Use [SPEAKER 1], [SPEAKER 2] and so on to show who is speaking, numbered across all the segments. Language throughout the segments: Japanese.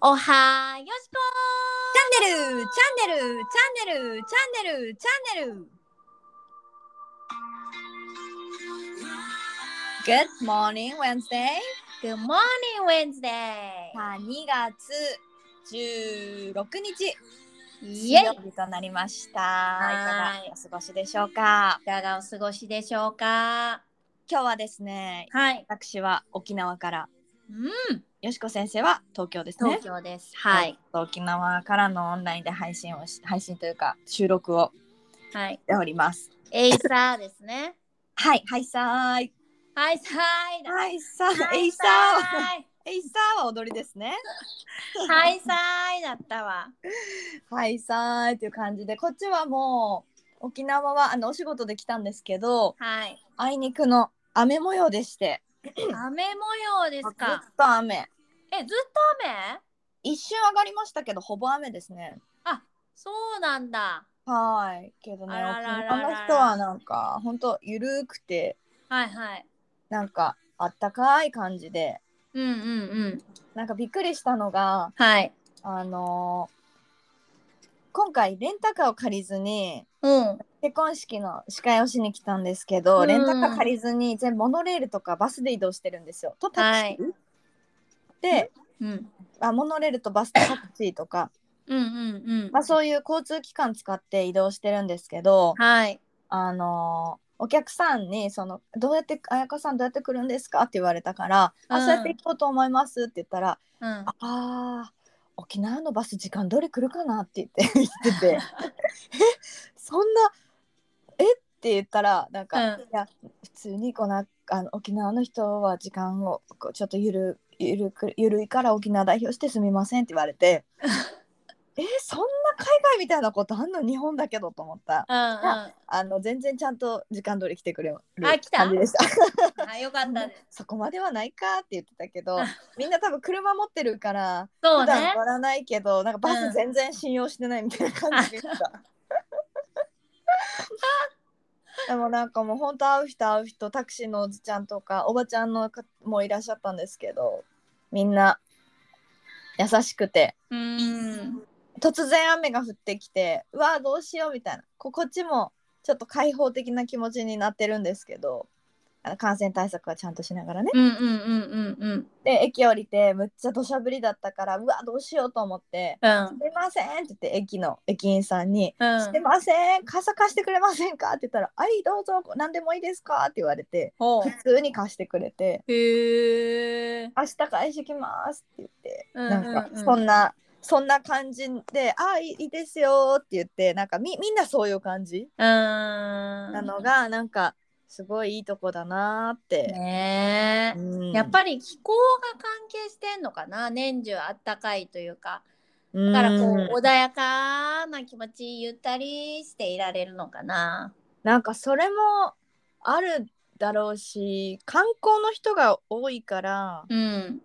[SPEAKER 1] おはよしこ
[SPEAKER 2] チャンネルチャンネルチャンネルチャンネルチャンネル Good morning, Wednesday!
[SPEAKER 1] Good morning, Wednesday!
[SPEAKER 2] さあ、2月16日、
[SPEAKER 1] イ
[SPEAKER 2] 水
[SPEAKER 1] エイ
[SPEAKER 2] 曜日となりました。いか
[SPEAKER 1] はーい
[SPEAKER 2] がお過ごしでしょうか
[SPEAKER 1] いかがお過ごしでしょうか
[SPEAKER 2] 今日はですね、
[SPEAKER 1] はい。
[SPEAKER 2] 私は沖縄から、
[SPEAKER 1] うん。
[SPEAKER 2] よしこ先生は東京ですね
[SPEAKER 1] 東。京です。はい。。
[SPEAKER 2] 沖縄からのオンラインで配信をし、配信というか収録を
[SPEAKER 1] はい。
[SPEAKER 2] しております。
[SPEAKER 1] エイサーですね。
[SPEAKER 2] はい、はいさーい。
[SPEAKER 1] はい、サー イ
[SPEAKER 2] はいさ
[SPEAKER 1] だ。
[SPEAKER 2] ーい、エイサー。エイサーは踊りですね。
[SPEAKER 1] ー。はい、サーイだったわ。
[SPEAKER 2] はいさーいっていう感じで、こっちはもう沖縄はあのお仕事で来たんですけど、
[SPEAKER 1] はい。
[SPEAKER 2] あいにくの雨模様でして、
[SPEAKER 1] 雨模様で
[SPEAKER 2] ず
[SPEAKER 1] す
[SPEAKER 2] っ
[SPEAKER 1] か。
[SPEAKER 2] と雨。
[SPEAKER 1] え、ずっと雨
[SPEAKER 2] 一瞬上がりましたけど、ほぼ雨ですね。
[SPEAKER 1] あ、そうなんだ。
[SPEAKER 2] はーい、けどね、
[SPEAKER 1] あらららら
[SPEAKER 2] 沖縄の人はなんか本当ゆるくて、
[SPEAKER 1] はいはい。
[SPEAKER 2] なんかあったかい感じで、
[SPEAKER 1] うんうんうん。
[SPEAKER 2] なんかびっくりしたのが、
[SPEAKER 1] はい。
[SPEAKER 2] あのー今回レンタカーを借りずに
[SPEAKER 1] うん。
[SPEAKER 2] 結婚式の司会をしに来たんですけど、
[SPEAKER 1] うん
[SPEAKER 2] レンタカー借りずに全部モノレールとかバスで移動してるんですよ。とタクシー、
[SPEAKER 1] はい
[SPEAKER 2] で
[SPEAKER 1] うん。
[SPEAKER 2] あモノレールとバスとタクシー とか、
[SPEAKER 1] うんうんうん。
[SPEAKER 2] まあ、そういう交通機関使って移動してるんですけど、
[SPEAKER 1] はい。
[SPEAKER 2] あのーお客さんにその「どうやって彩香さんどうやって来るんですか?」って言われたから「
[SPEAKER 1] う
[SPEAKER 2] あ
[SPEAKER 1] ん
[SPEAKER 2] そうやって行こうと思います」って言ったら
[SPEAKER 1] うん。
[SPEAKER 2] 「あー沖縄のバス時間どれ来るかな?」って言って 言ってて。そんなえって言ったらなんか、
[SPEAKER 1] うん
[SPEAKER 2] いや普通にこのあの沖縄の人は時間をこうちょっとゆるゆるくゆるいから沖縄代表してすみませんって言われて えそんな海外みたいなことあんの日本だけどと思った
[SPEAKER 1] うんうん。
[SPEAKER 2] あの全然ちゃんと時間通り来てくれる
[SPEAKER 1] あ来た
[SPEAKER 2] 感じでした
[SPEAKER 1] あ、よかったです。
[SPEAKER 2] そこまではないかって言ってたけどみんな多分車持ってるから
[SPEAKER 1] そう
[SPEAKER 2] 普段
[SPEAKER 1] ね
[SPEAKER 2] 乗。らないけど、なんかバ
[SPEAKER 1] うん
[SPEAKER 2] ス全然信用してないみたいな感じでした。 でもなんかもう本当会う人会う人タクシーのおじちゃんとかおばちゃんの方もいらっしゃったんですけどみんな優しくて
[SPEAKER 1] うん。
[SPEAKER 2] 突然雨が降ってきてうわーどうしようみたいなここっちもちょっと開放的な気持ちになってるんですけどあの感染対策はちゃんとしながらね
[SPEAKER 1] うんうんうんうんうん。
[SPEAKER 2] で駅降りてむっちゃ土砂降りだったからうわどうしようと思って
[SPEAKER 1] うん
[SPEAKER 2] 「す。いません」って言って駅の駅員さんに
[SPEAKER 1] う
[SPEAKER 2] 「すい
[SPEAKER 1] ん。
[SPEAKER 2] ません傘貸してくれませんか?」って言ったら「はいどうぞ何でもいいですか?」って言われて
[SPEAKER 1] ほ
[SPEAKER 2] 普通に貸してくれて
[SPEAKER 1] へえ
[SPEAKER 2] 「。明日返してきます」って言って
[SPEAKER 1] うんう
[SPEAKER 2] なん
[SPEAKER 1] ん
[SPEAKER 2] か
[SPEAKER 1] うん。
[SPEAKER 2] そんなそんな感じで「あいいいいですよ」って言ってなんかみみんなそういう感じ
[SPEAKER 1] うん。
[SPEAKER 2] なのがなんかすごいいいとこだなーって。
[SPEAKER 1] ねえ。
[SPEAKER 2] うん
[SPEAKER 1] やっぱり気候が関係してんのかな年中あったかいというかだからこ
[SPEAKER 2] うん
[SPEAKER 1] う穏やかな気持ちゆったりしていられるのかな
[SPEAKER 2] なんかそれもあるだろうし観光の人が多いから
[SPEAKER 1] うん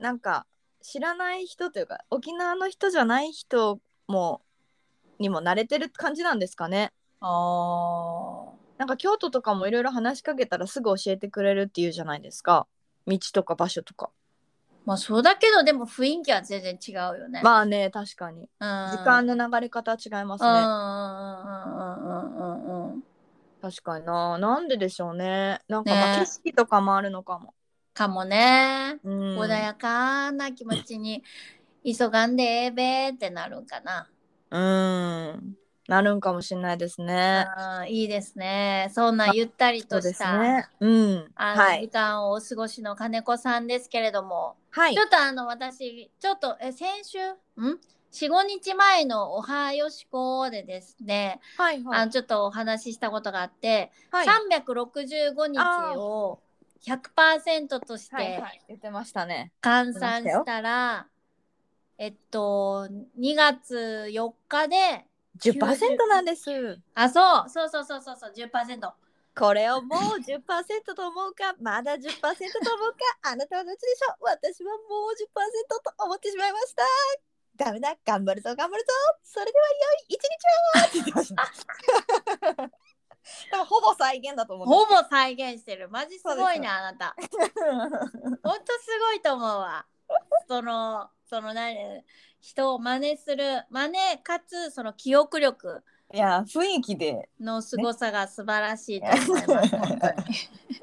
[SPEAKER 2] なんか知らない人というか沖縄の人じゃない人もにも慣れてる感じなんですかね
[SPEAKER 1] あ
[SPEAKER 2] なんか京都とかもいろいろ話しかけたらすぐ教えてくれるっていうじゃないですか道とか場所とか
[SPEAKER 1] まあそうだけどでも雰囲気は全然違うよね、
[SPEAKER 2] まあね確かに
[SPEAKER 1] あ
[SPEAKER 2] 時間の流れ方は違いますね
[SPEAKER 1] うんうんうんうんうんうんうん
[SPEAKER 2] 確かにななんででしょうねなんかまあ
[SPEAKER 1] ね
[SPEAKER 2] 景色とかもあるのかも、
[SPEAKER 1] かもね
[SPEAKER 2] うん、
[SPEAKER 1] 穏やかな気持ちに急がんでええべーってなるんかな、
[SPEAKER 2] うんなるんかもしれないです
[SPEAKER 1] う
[SPEAKER 2] ね。
[SPEAKER 1] ん、いいですねそんなゆったり
[SPEAKER 2] そう
[SPEAKER 1] と
[SPEAKER 2] で
[SPEAKER 1] し
[SPEAKER 2] す
[SPEAKER 1] た、
[SPEAKER 2] ね。うん。
[SPEAKER 1] あの、
[SPEAKER 2] はい
[SPEAKER 1] 時。間をお過ごしの金子さんですけれども、
[SPEAKER 2] はい
[SPEAKER 1] ち。ょっとあの私ちょっとえ先週ん45日前の「おはよしこ」でですね、
[SPEAKER 2] はい。は
[SPEAKER 1] あ
[SPEAKER 2] い
[SPEAKER 1] の。ちょっとお話ししたことがあって、
[SPEAKER 2] はい。
[SPEAKER 1] 365日を100%とし
[SPEAKER 2] はい
[SPEAKER 1] て
[SPEAKER 2] はい言ってましたね。
[SPEAKER 1] 換算したら、えっと2月4日で
[SPEAKER 2] 10%なんです。
[SPEAKER 1] あそうそうそうそうそうそう10%
[SPEAKER 2] これをもう10%と思うか、まだ10%と思うか、あなたはどっちでしょう私はもう10%と思ってしまいました。ダメだ、頑張るぞ、頑張るぞ。それでは良い一日をって言ってました。 でもほぼ再現だと思
[SPEAKER 1] ほ
[SPEAKER 2] う
[SPEAKER 1] ぼ再現してるマジすご
[SPEAKER 2] そう
[SPEAKER 1] い
[SPEAKER 2] です
[SPEAKER 1] ねあなた
[SPEAKER 2] んです。
[SPEAKER 1] ほんとすごいと思うわ そのその何人を真似する真似かつその記憶力
[SPEAKER 2] いや雰囲気で
[SPEAKER 1] の凄さが素晴らしいと思います、本当 に
[SPEAKER 2] い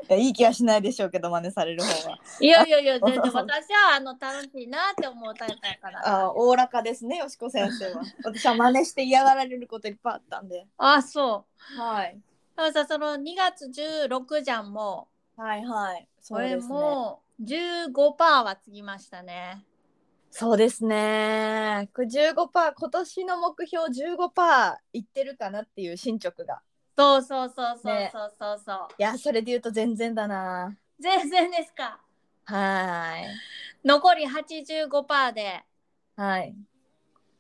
[SPEAKER 2] やいい気はしないでしょうけど真似される方 は
[SPEAKER 1] いやいやいや全然私はあの楽しいなって思うタイプだから
[SPEAKER 2] あーおおらかですねよしこ先生 は私は真似して嫌がられることいっぱいあったんで、
[SPEAKER 1] あそう
[SPEAKER 2] はい、
[SPEAKER 1] でもさその2月16じゃんも
[SPEAKER 2] はいはいそう
[SPEAKER 1] こ
[SPEAKER 2] う
[SPEAKER 1] れ
[SPEAKER 2] ですね
[SPEAKER 1] もう15%はつきましたね
[SPEAKER 2] そうですねこれ15%今年の目標15%いってるかなっていう進捗が
[SPEAKER 1] そうそうそうそう
[SPEAKER 2] ね
[SPEAKER 1] そうそうそう、
[SPEAKER 2] いやそれで言うと全然だな
[SPEAKER 1] 全然ですか
[SPEAKER 2] はい
[SPEAKER 1] 残り85%で
[SPEAKER 2] はい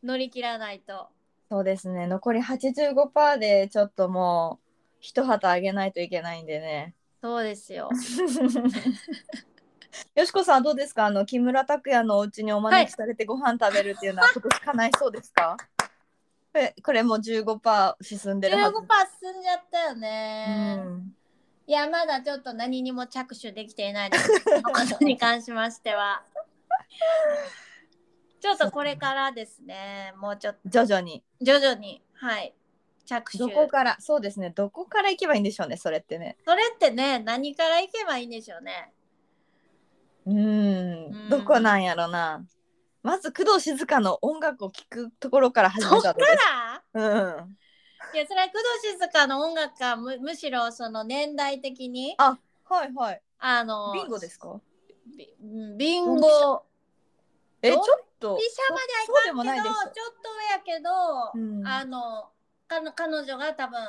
[SPEAKER 1] 乗り切らないと
[SPEAKER 2] そうですね残り85%でちょっともう一旗あげないといけないんでね
[SPEAKER 1] そうですよ
[SPEAKER 2] よしこさんどうですかあの木村拓哉のお家にお招きされてご飯食べるっていうのは今年かないそうですか、えこれも15%進んでるは
[SPEAKER 1] 15%
[SPEAKER 2] ず、
[SPEAKER 1] 進んじゃったよね、
[SPEAKER 2] うん、
[SPEAKER 1] いやまだちょっと何にも着手できていないですこのことに関しまして はちょっとこれからですねもうちょっと
[SPEAKER 2] 徐々に
[SPEAKER 1] 徐々にはい着手
[SPEAKER 2] どこからそうですねどこから行けばいいんでしょうねそれってね
[SPEAKER 1] それってね何からいけばいいんでしょうね
[SPEAKER 2] うー
[SPEAKER 1] うん
[SPEAKER 2] んどこなんやろなまず工藤静香の音楽を聴くところから始
[SPEAKER 1] そ
[SPEAKER 2] め
[SPEAKER 1] っか
[SPEAKER 2] た
[SPEAKER 1] ら
[SPEAKER 2] とですうん
[SPEAKER 1] いやそれは工藤静香の音楽がむむしろその年代的に
[SPEAKER 2] あはいはい
[SPEAKER 1] あの
[SPEAKER 2] ビンゴですか
[SPEAKER 1] ビビンゴ
[SPEAKER 2] えち
[SPEAKER 1] ドン
[SPEAKER 2] ょっと
[SPEAKER 1] ピシャまで
[SPEAKER 2] そそうでも
[SPEAKER 1] は
[SPEAKER 2] ないい
[SPEAKER 1] かん
[SPEAKER 2] で
[SPEAKER 1] け
[SPEAKER 2] し
[SPEAKER 1] ど
[SPEAKER 2] ょ
[SPEAKER 1] ちょっと上やけど、
[SPEAKER 2] うん
[SPEAKER 1] あのかの彼女が多分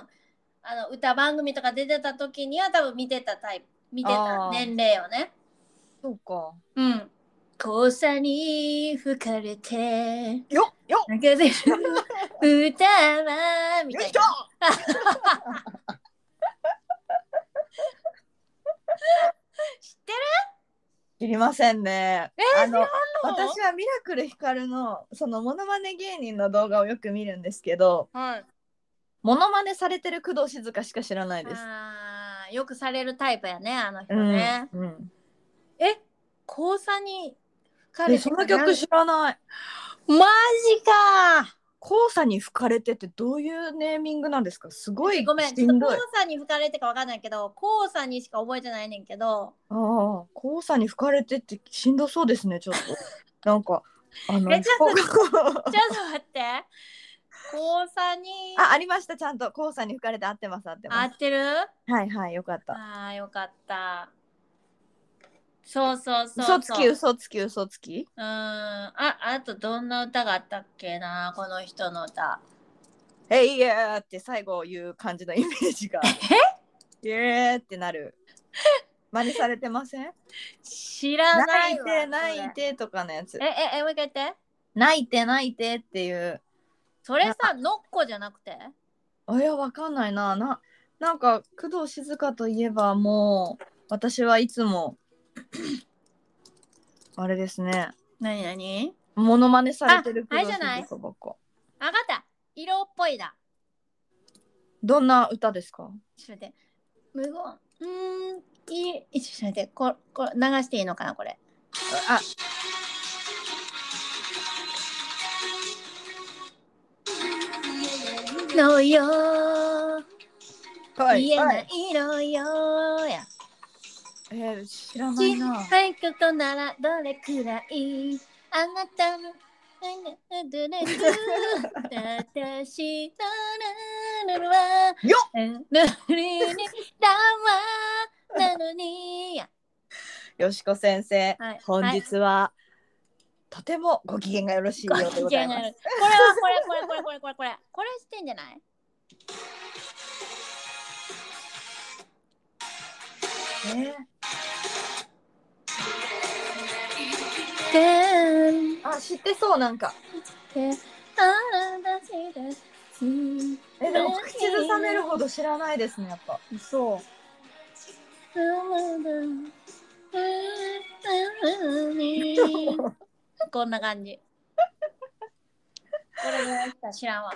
[SPEAKER 1] あの歌番組とか出てた時には多分見てたタイプ見てた
[SPEAKER 2] あー
[SPEAKER 1] 年齢をね
[SPEAKER 2] そうか
[SPEAKER 1] うん交差に吹かれて
[SPEAKER 2] よっよっ
[SPEAKER 1] 泣けてる歌はみ
[SPEAKER 2] よ
[SPEAKER 1] た
[SPEAKER 2] い
[SPEAKER 1] い
[SPEAKER 2] しょ
[SPEAKER 1] な知ってる
[SPEAKER 2] 知りませんね
[SPEAKER 1] えー
[SPEAKER 2] あの
[SPEAKER 1] らんの
[SPEAKER 2] 私はミラクルひかるのそのモノマネ芸人の動画をよく見るんですけど
[SPEAKER 1] はい
[SPEAKER 2] モノマネされてる工藤静香しか知らないです
[SPEAKER 1] あーよくされるタイプやねあの人
[SPEAKER 2] うん、
[SPEAKER 1] ね、
[SPEAKER 2] うん、
[SPEAKER 1] え交差に吹かれ
[SPEAKER 2] え
[SPEAKER 1] て
[SPEAKER 2] その曲知らない
[SPEAKER 1] マジか
[SPEAKER 2] 黄砂に吹かれてってどういうネーミングなんですかすごい
[SPEAKER 1] ごめん、
[SPEAKER 2] し
[SPEAKER 1] ちょ
[SPEAKER 2] ん
[SPEAKER 1] っと
[SPEAKER 2] どい
[SPEAKER 1] 黄砂に吹かれてかわかんないけど、黄砂にしか覚えてないねんけど、
[SPEAKER 2] ああ黄砂に吹かれてってしんどそうですねちょっとなんかあの
[SPEAKER 1] えちょっ
[SPEAKER 2] こ
[SPEAKER 1] ちょっと待って。黄砂に
[SPEAKER 2] あありましたちゃんと黄砂に吹かれて合ってます合って
[SPEAKER 1] 合
[SPEAKER 2] ます
[SPEAKER 1] ってる
[SPEAKER 2] はいはいよかった
[SPEAKER 1] ああ、よかった。そうそうそうそう。
[SPEAKER 2] 嘘つき嘘つき嘘つき
[SPEAKER 1] うーん。あ、あとどんな歌があったっけな、この人の歌。
[SPEAKER 2] 「えいや」って最後言う感じのイメージが「えっ?」ってなる真似されてません
[SPEAKER 1] 知らな
[SPEAKER 2] 泣
[SPEAKER 1] い
[SPEAKER 2] い
[SPEAKER 1] わ。
[SPEAKER 2] て泣い
[SPEAKER 1] それ。
[SPEAKER 2] てとかのやつ
[SPEAKER 1] え、え、え、もう一回言って。
[SPEAKER 2] 泣いて泣いてっていう
[SPEAKER 1] それさ、ノッコじゃなくて
[SPEAKER 2] あいやわかんないなななんか工藤静香といえばもう私はいつも あれですね
[SPEAKER 1] なになに
[SPEAKER 2] モノマネされてる
[SPEAKER 1] ああれじゃない
[SPEAKER 2] 工藤静香ばっか
[SPEAKER 1] あわかった。色っぽいだ。
[SPEAKER 2] どんな歌ですか
[SPEAKER 1] ちょっと待って。無言。うーん、いい。ちょっと待って。ここれ流していいのかな、これ。
[SPEAKER 2] あ
[SPEAKER 1] のよ、
[SPEAKER 2] はい
[SPEAKER 1] 言え
[SPEAKER 2] は
[SPEAKER 1] ないい色よや。
[SPEAKER 2] えー知らない な
[SPEAKER 1] はい、ことならどれくらいあなたのあなたの私のルールは
[SPEAKER 2] よ
[SPEAKER 1] ルールにだわなのにや
[SPEAKER 2] よしこ先生、
[SPEAKER 1] はい
[SPEAKER 2] 本日は、とてもご機嫌がよろしいようでございま
[SPEAKER 1] これは
[SPEAKER 2] す
[SPEAKER 1] これこれこれこれこれこれこれしてんじゃない
[SPEAKER 2] ね
[SPEAKER 1] でん
[SPEAKER 2] あ知ってそうなんか
[SPEAKER 1] って話です
[SPEAKER 2] えでも口ずさめるほど知らないですねやっぱ
[SPEAKER 1] そう。こんな感じ。これぐらいしか知らんわ。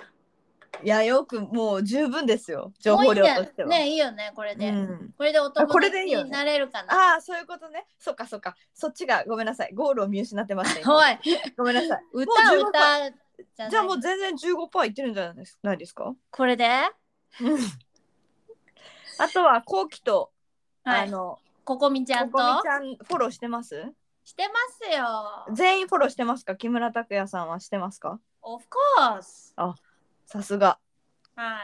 [SPEAKER 2] いやよくもう十分ですよ情報量としては。
[SPEAKER 1] もういいんじゃねいいよねこれで、
[SPEAKER 2] うん
[SPEAKER 1] これでお友
[SPEAKER 2] あこれでいい
[SPEAKER 1] 達
[SPEAKER 2] よ
[SPEAKER 1] に
[SPEAKER 2] ね
[SPEAKER 1] なれるかな。
[SPEAKER 2] ああそういうことねそっかそっかそっちがごめんなさいゴールを見失って ました今
[SPEAKER 1] おい
[SPEAKER 2] ごめんなさい
[SPEAKER 1] 歌
[SPEAKER 2] もう15%
[SPEAKER 1] 歌じゃ
[SPEAKER 2] じゃあも
[SPEAKER 1] ないう
[SPEAKER 2] 全然15%いってるんじゃないですないですか
[SPEAKER 1] これで、
[SPEAKER 2] あとは後期と、
[SPEAKER 1] は
[SPEAKER 2] あ
[SPEAKER 1] い、
[SPEAKER 2] の
[SPEAKER 1] ここみちゃんと
[SPEAKER 2] ここみちゃんフォローしてます
[SPEAKER 1] してますよ。
[SPEAKER 2] 全員フォローしてますか木村拓哉さんはしてますか
[SPEAKER 1] Of course。
[SPEAKER 2] さすが
[SPEAKER 1] は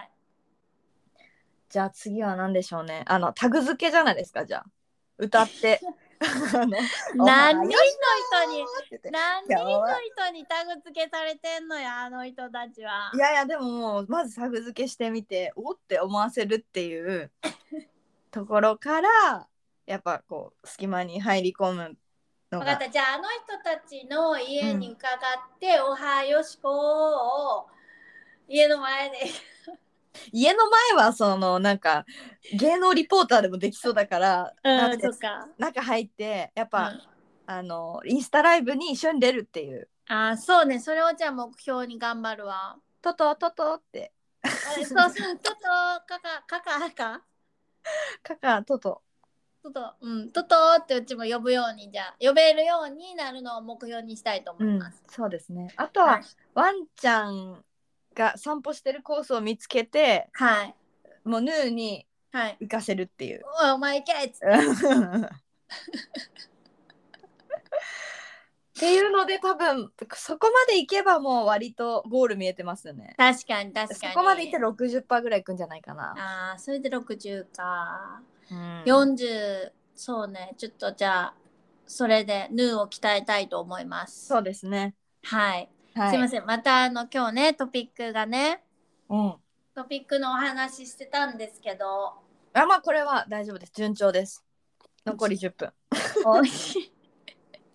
[SPEAKER 1] い。
[SPEAKER 2] じゃあ次は何でしょうねあのタグ付けじゃないですかじゃあ歌って あのおはよ
[SPEAKER 1] 何人の人に
[SPEAKER 2] うって言って。
[SPEAKER 1] 何人の人にタグ付けされてんのよあの人たちはい
[SPEAKER 2] やいやでももうまずタグ付けしてみておって思わせるっていうところからやっぱこう隙間に入り込む
[SPEAKER 1] 分
[SPEAKER 2] の
[SPEAKER 1] か
[SPEAKER 2] が
[SPEAKER 1] ったじゃああの人たちの家に伺って「おはよしこ」を家の前で
[SPEAKER 2] 家の前はそのなんか芸能リポーターでもできそうだから、なんて
[SPEAKER 1] とか。
[SPEAKER 2] 中入ってやっぱ、
[SPEAKER 1] うん
[SPEAKER 2] あのインスタライブに一緒に出るっていう
[SPEAKER 1] あーそうねそれをじゃあ目標に頑張るわ。
[SPEAKER 2] 「トトトト」って
[SPEAKER 1] あれそうそうトトカカカカカ
[SPEAKER 2] 「カカトト
[SPEAKER 1] トトうんトトってうちも呼ぶようにじゃあ呼べるようになるのを目標にしたいと」思
[SPEAKER 2] う
[SPEAKER 1] い
[SPEAKER 2] ん
[SPEAKER 1] ます。
[SPEAKER 2] そうですねあとは、
[SPEAKER 1] はい
[SPEAKER 2] ワンちゃんが散歩してるコースを見つけて
[SPEAKER 1] はい
[SPEAKER 2] もうヌーに
[SPEAKER 1] はい。
[SPEAKER 2] 行かせるっていう。
[SPEAKER 1] おいお前行けっつって
[SPEAKER 2] っていうので多分そこまで行けばもう割とゴール見えてますよね。
[SPEAKER 1] 確かに確か
[SPEAKER 2] そ
[SPEAKER 1] に。
[SPEAKER 2] こまで行って60%ぐらいいくんじゃないかな。
[SPEAKER 1] ああそれで60か、
[SPEAKER 2] うん
[SPEAKER 1] 40そうねちょっとじゃあそれでヌーを鍛えたいと思います
[SPEAKER 2] そうですね。
[SPEAKER 1] はい、
[SPEAKER 2] はい、
[SPEAKER 1] すいま
[SPEAKER 2] せ
[SPEAKER 1] せ
[SPEAKER 2] ん。
[SPEAKER 1] んまたあの今日ねトピックがね
[SPEAKER 2] うん、
[SPEAKER 1] トピックのお話ししてたんですけど
[SPEAKER 2] あまあこれは大丈夫です。順調です。残り10分。
[SPEAKER 1] おい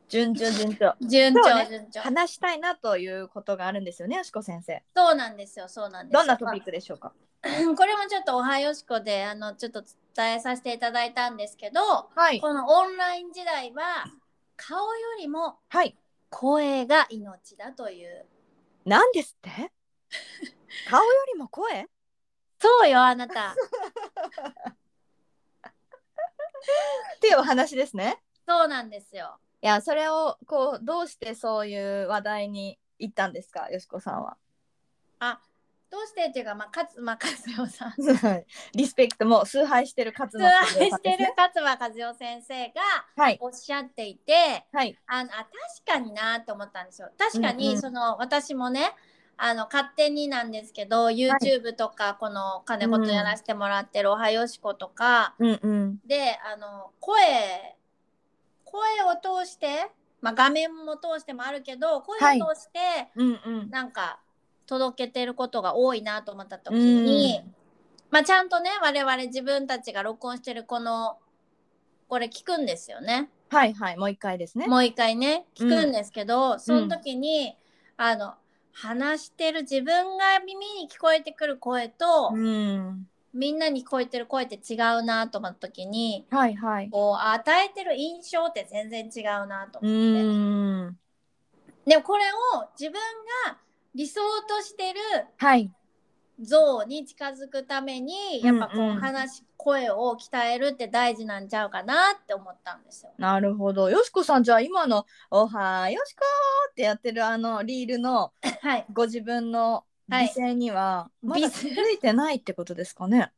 [SPEAKER 2] 順調順調。
[SPEAKER 1] 順調
[SPEAKER 2] そうね
[SPEAKER 1] 順調
[SPEAKER 2] 話したいなということがあるんですよね、よしこ先生。
[SPEAKER 1] そうなんですよそうなんですよ
[SPEAKER 2] どんなトピックでしょうか。
[SPEAKER 1] まあこれもちょっと「おはよしこで」あのちょっと伝えさせていただいたんですけど
[SPEAKER 2] はい。
[SPEAKER 1] このオンライン時代は顔よりも
[SPEAKER 2] はい。
[SPEAKER 1] 声が命だという
[SPEAKER 2] なんですって顔よりも声
[SPEAKER 1] そうよあなた
[SPEAKER 2] っていうお話ですね。
[SPEAKER 1] そうなんですよ。
[SPEAKER 2] いやそれをこうどうしてそういう話題に行ったんですかよしこさんは。
[SPEAKER 1] どうしてっていうか、まあ、勝まあ、和代さん。
[SPEAKER 2] リスペクトも崇拝してる勝
[SPEAKER 1] 通
[SPEAKER 2] 間
[SPEAKER 1] 話
[SPEAKER 2] さんですね
[SPEAKER 1] してる勝間和代先生が
[SPEAKER 2] はい
[SPEAKER 1] おっしゃっていて、
[SPEAKER 2] はい
[SPEAKER 1] あのあ確かになと思ったんですよ。確か
[SPEAKER 2] うんう
[SPEAKER 1] に
[SPEAKER 2] ん
[SPEAKER 1] その、私もねあの勝手になんですけど YouTube とかこの金子とやらせてもらってる「おはよしこ」とか、
[SPEAKER 2] うんうん
[SPEAKER 1] であの声声を通して、まあ、画面も通してもあるけど声
[SPEAKER 2] はい
[SPEAKER 1] を通して、
[SPEAKER 2] うんうん
[SPEAKER 1] なんか届けてることが多いなと思った時に、まあ、ちゃんとね我々自分たちが録音してるこのこれ聞くんですよね
[SPEAKER 2] はいはいもう一回ですね。
[SPEAKER 1] もう一回ね聞くんですけど、その時に、あの話してる自分が耳に聞こえてくる声と、
[SPEAKER 2] うん
[SPEAKER 1] みんなに聞こえてる声って違うなと思った時に
[SPEAKER 2] はいはい。
[SPEAKER 1] こう与えてる印象って全然違うなと
[SPEAKER 2] う
[SPEAKER 1] 思って。
[SPEAKER 2] ん
[SPEAKER 1] でもこれを自分が理想としてる
[SPEAKER 2] はい
[SPEAKER 1] 像に近づくためにやっぱこ
[SPEAKER 2] うんう
[SPEAKER 1] うん話、声を鍛えるって大事なんちゃうかなって思ったんですよ。
[SPEAKER 2] なるほどよしこさんじゃあ今の「おはよしこ」ってやってるあのリールの
[SPEAKER 1] はい。
[SPEAKER 2] ご自分の美声にはまだ
[SPEAKER 1] 美
[SPEAKER 2] 気
[SPEAKER 1] 声
[SPEAKER 2] づいてないってことですかね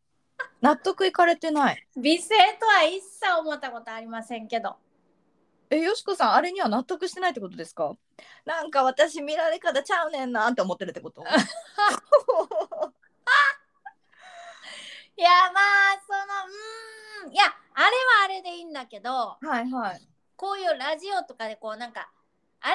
[SPEAKER 2] 納得いかれてない
[SPEAKER 1] 美声とは一切思ったことありませんけど。
[SPEAKER 2] えよしこさんあれには納得してないってことですかなんか私見られ方ちゃうねんなって思ってるって こと
[SPEAKER 1] いやまあそのうーんいやあれはあれでいいんだけど
[SPEAKER 2] はいはい
[SPEAKER 1] こういうラジオとかでこうなんかあれ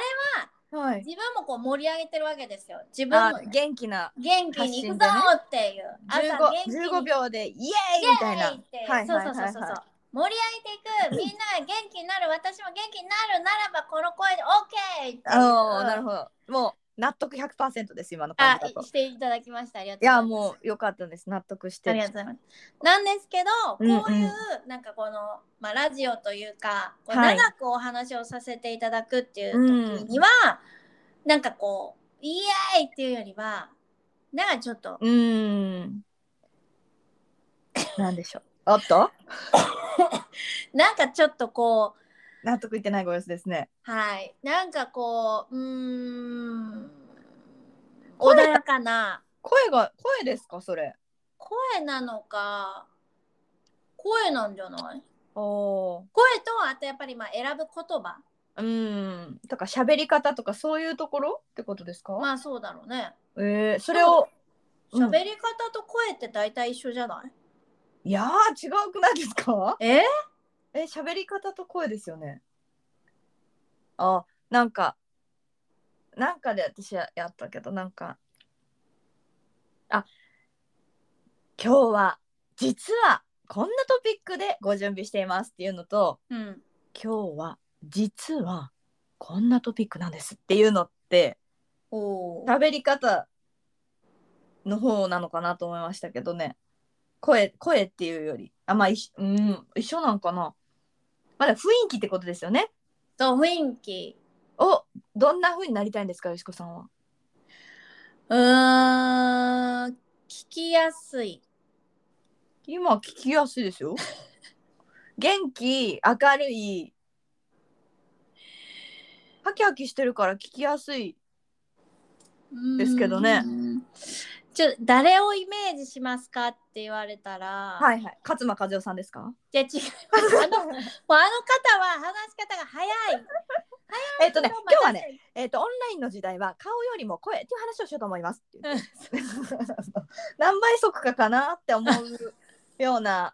[SPEAKER 2] はい
[SPEAKER 1] 自分もこう盛り上げてるわけですよ。自分
[SPEAKER 2] あ
[SPEAKER 1] も
[SPEAKER 2] 元気な
[SPEAKER 1] 元気に行くぞ
[SPEAKER 2] 発
[SPEAKER 1] っていう。朝元気に
[SPEAKER 2] 15, 15秒でイエーイみたいな
[SPEAKER 1] って
[SPEAKER 2] はい
[SPEAKER 1] そう
[SPEAKER 2] はい
[SPEAKER 1] そ
[SPEAKER 2] は
[SPEAKER 1] う
[SPEAKER 2] い
[SPEAKER 1] そうそう
[SPEAKER 2] はい
[SPEAKER 1] 盛り上げていくみんなが元気になる私も元気になるならばこの声で OK っていう
[SPEAKER 2] あーなるほどもう納得100%です今の感
[SPEAKER 1] あ
[SPEAKER 2] じだと
[SPEAKER 1] していただきましたありがと
[SPEAKER 2] いう
[SPEAKER 1] ござい
[SPEAKER 2] や
[SPEAKER 1] ます
[SPEAKER 2] もうよかったです納得して
[SPEAKER 1] ありがとうございますなんですけどこういう、
[SPEAKER 2] うん
[SPEAKER 1] なんかこの、まあ、ラジオというかこう
[SPEAKER 2] はい
[SPEAKER 1] 長くお話をさせていただくっていう時には、なんかこう「イエーイ!」っていうよりはだからちょっと
[SPEAKER 2] うーん。なんでしょう。おっと
[SPEAKER 1] なんかちょっとこう
[SPEAKER 2] 納得いってないご様子ですね。
[SPEAKER 1] はいなんかこううーん穏やかな
[SPEAKER 2] 声が、声ですか、それ。
[SPEAKER 1] 声なのか声なんじゃない
[SPEAKER 2] おお。
[SPEAKER 1] 声とあとやっぱりまあ選ぶ言葉
[SPEAKER 2] うーん。とか、喋り方とか、そういうところってことですか、
[SPEAKER 1] まあそうだろうね
[SPEAKER 2] えーそれを、うん
[SPEAKER 1] 喋り方と声って大体一緒じゃない、
[SPEAKER 2] いやー、違うくないですか
[SPEAKER 1] え
[SPEAKER 2] え、喋り方と声ですよね。あ、なんか、なんかで私ややったけど、なんか、あ、今日は、実は、こんなトピックでご準備していますっていうのと、
[SPEAKER 1] うん
[SPEAKER 2] 今日は、実は、こんなトピックなんですっていうのって、
[SPEAKER 1] おー
[SPEAKER 2] 喋り方の方なのかなと思いましたけどね声声っていうよりあまあ一緒うん一緒なんかなまだ雰囲気ってことですよね
[SPEAKER 1] そう雰囲気
[SPEAKER 2] おどんな風になりたいんですかよしこさんは
[SPEAKER 1] うーん聞きやすい
[SPEAKER 2] 今聞きやすいですよ元気明るいハキハキしてるから聞きやすいですけどね
[SPEAKER 1] うーん。ちょ誰をイメージしますかって言われたら、、
[SPEAKER 2] はいいはい勝間和代さんですか
[SPEAKER 1] じゃ違います。あのもうあ の方は話し方が早い。
[SPEAKER 2] えっとね今日はね
[SPEAKER 1] ね。
[SPEAKER 2] えっ、と、オンラインの時代は顔よりも声っていう話をしようと思いますっていう
[SPEAKER 1] うん
[SPEAKER 2] 何倍速かかなって思うような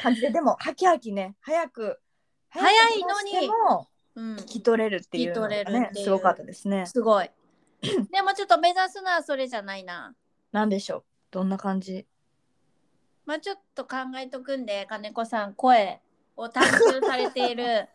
[SPEAKER 2] 感じで、でも、はきはきね、早く、
[SPEAKER 1] 早い
[SPEAKER 2] く
[SPEAKER 1] のに
[SPEAKER 2] 話しても
[SPEAKER 1] うん
[SPEAKER 2] 聞、き取れるっていうのが
[SPEAKER 1] 聞き取れる
[SPEAKER 2] ね
[SPEAKER 1] っ、ていう
[SPEAKER 2] すごかったですね。
[SPEAKER 1] すごい。 でもちょっと目指すのはそれじゃないな。
[SPEAKER 2] なんでしょうどんな感じ
[SPEAKER 1] まあちょっと考えとくんで金子さん声を探求されてい る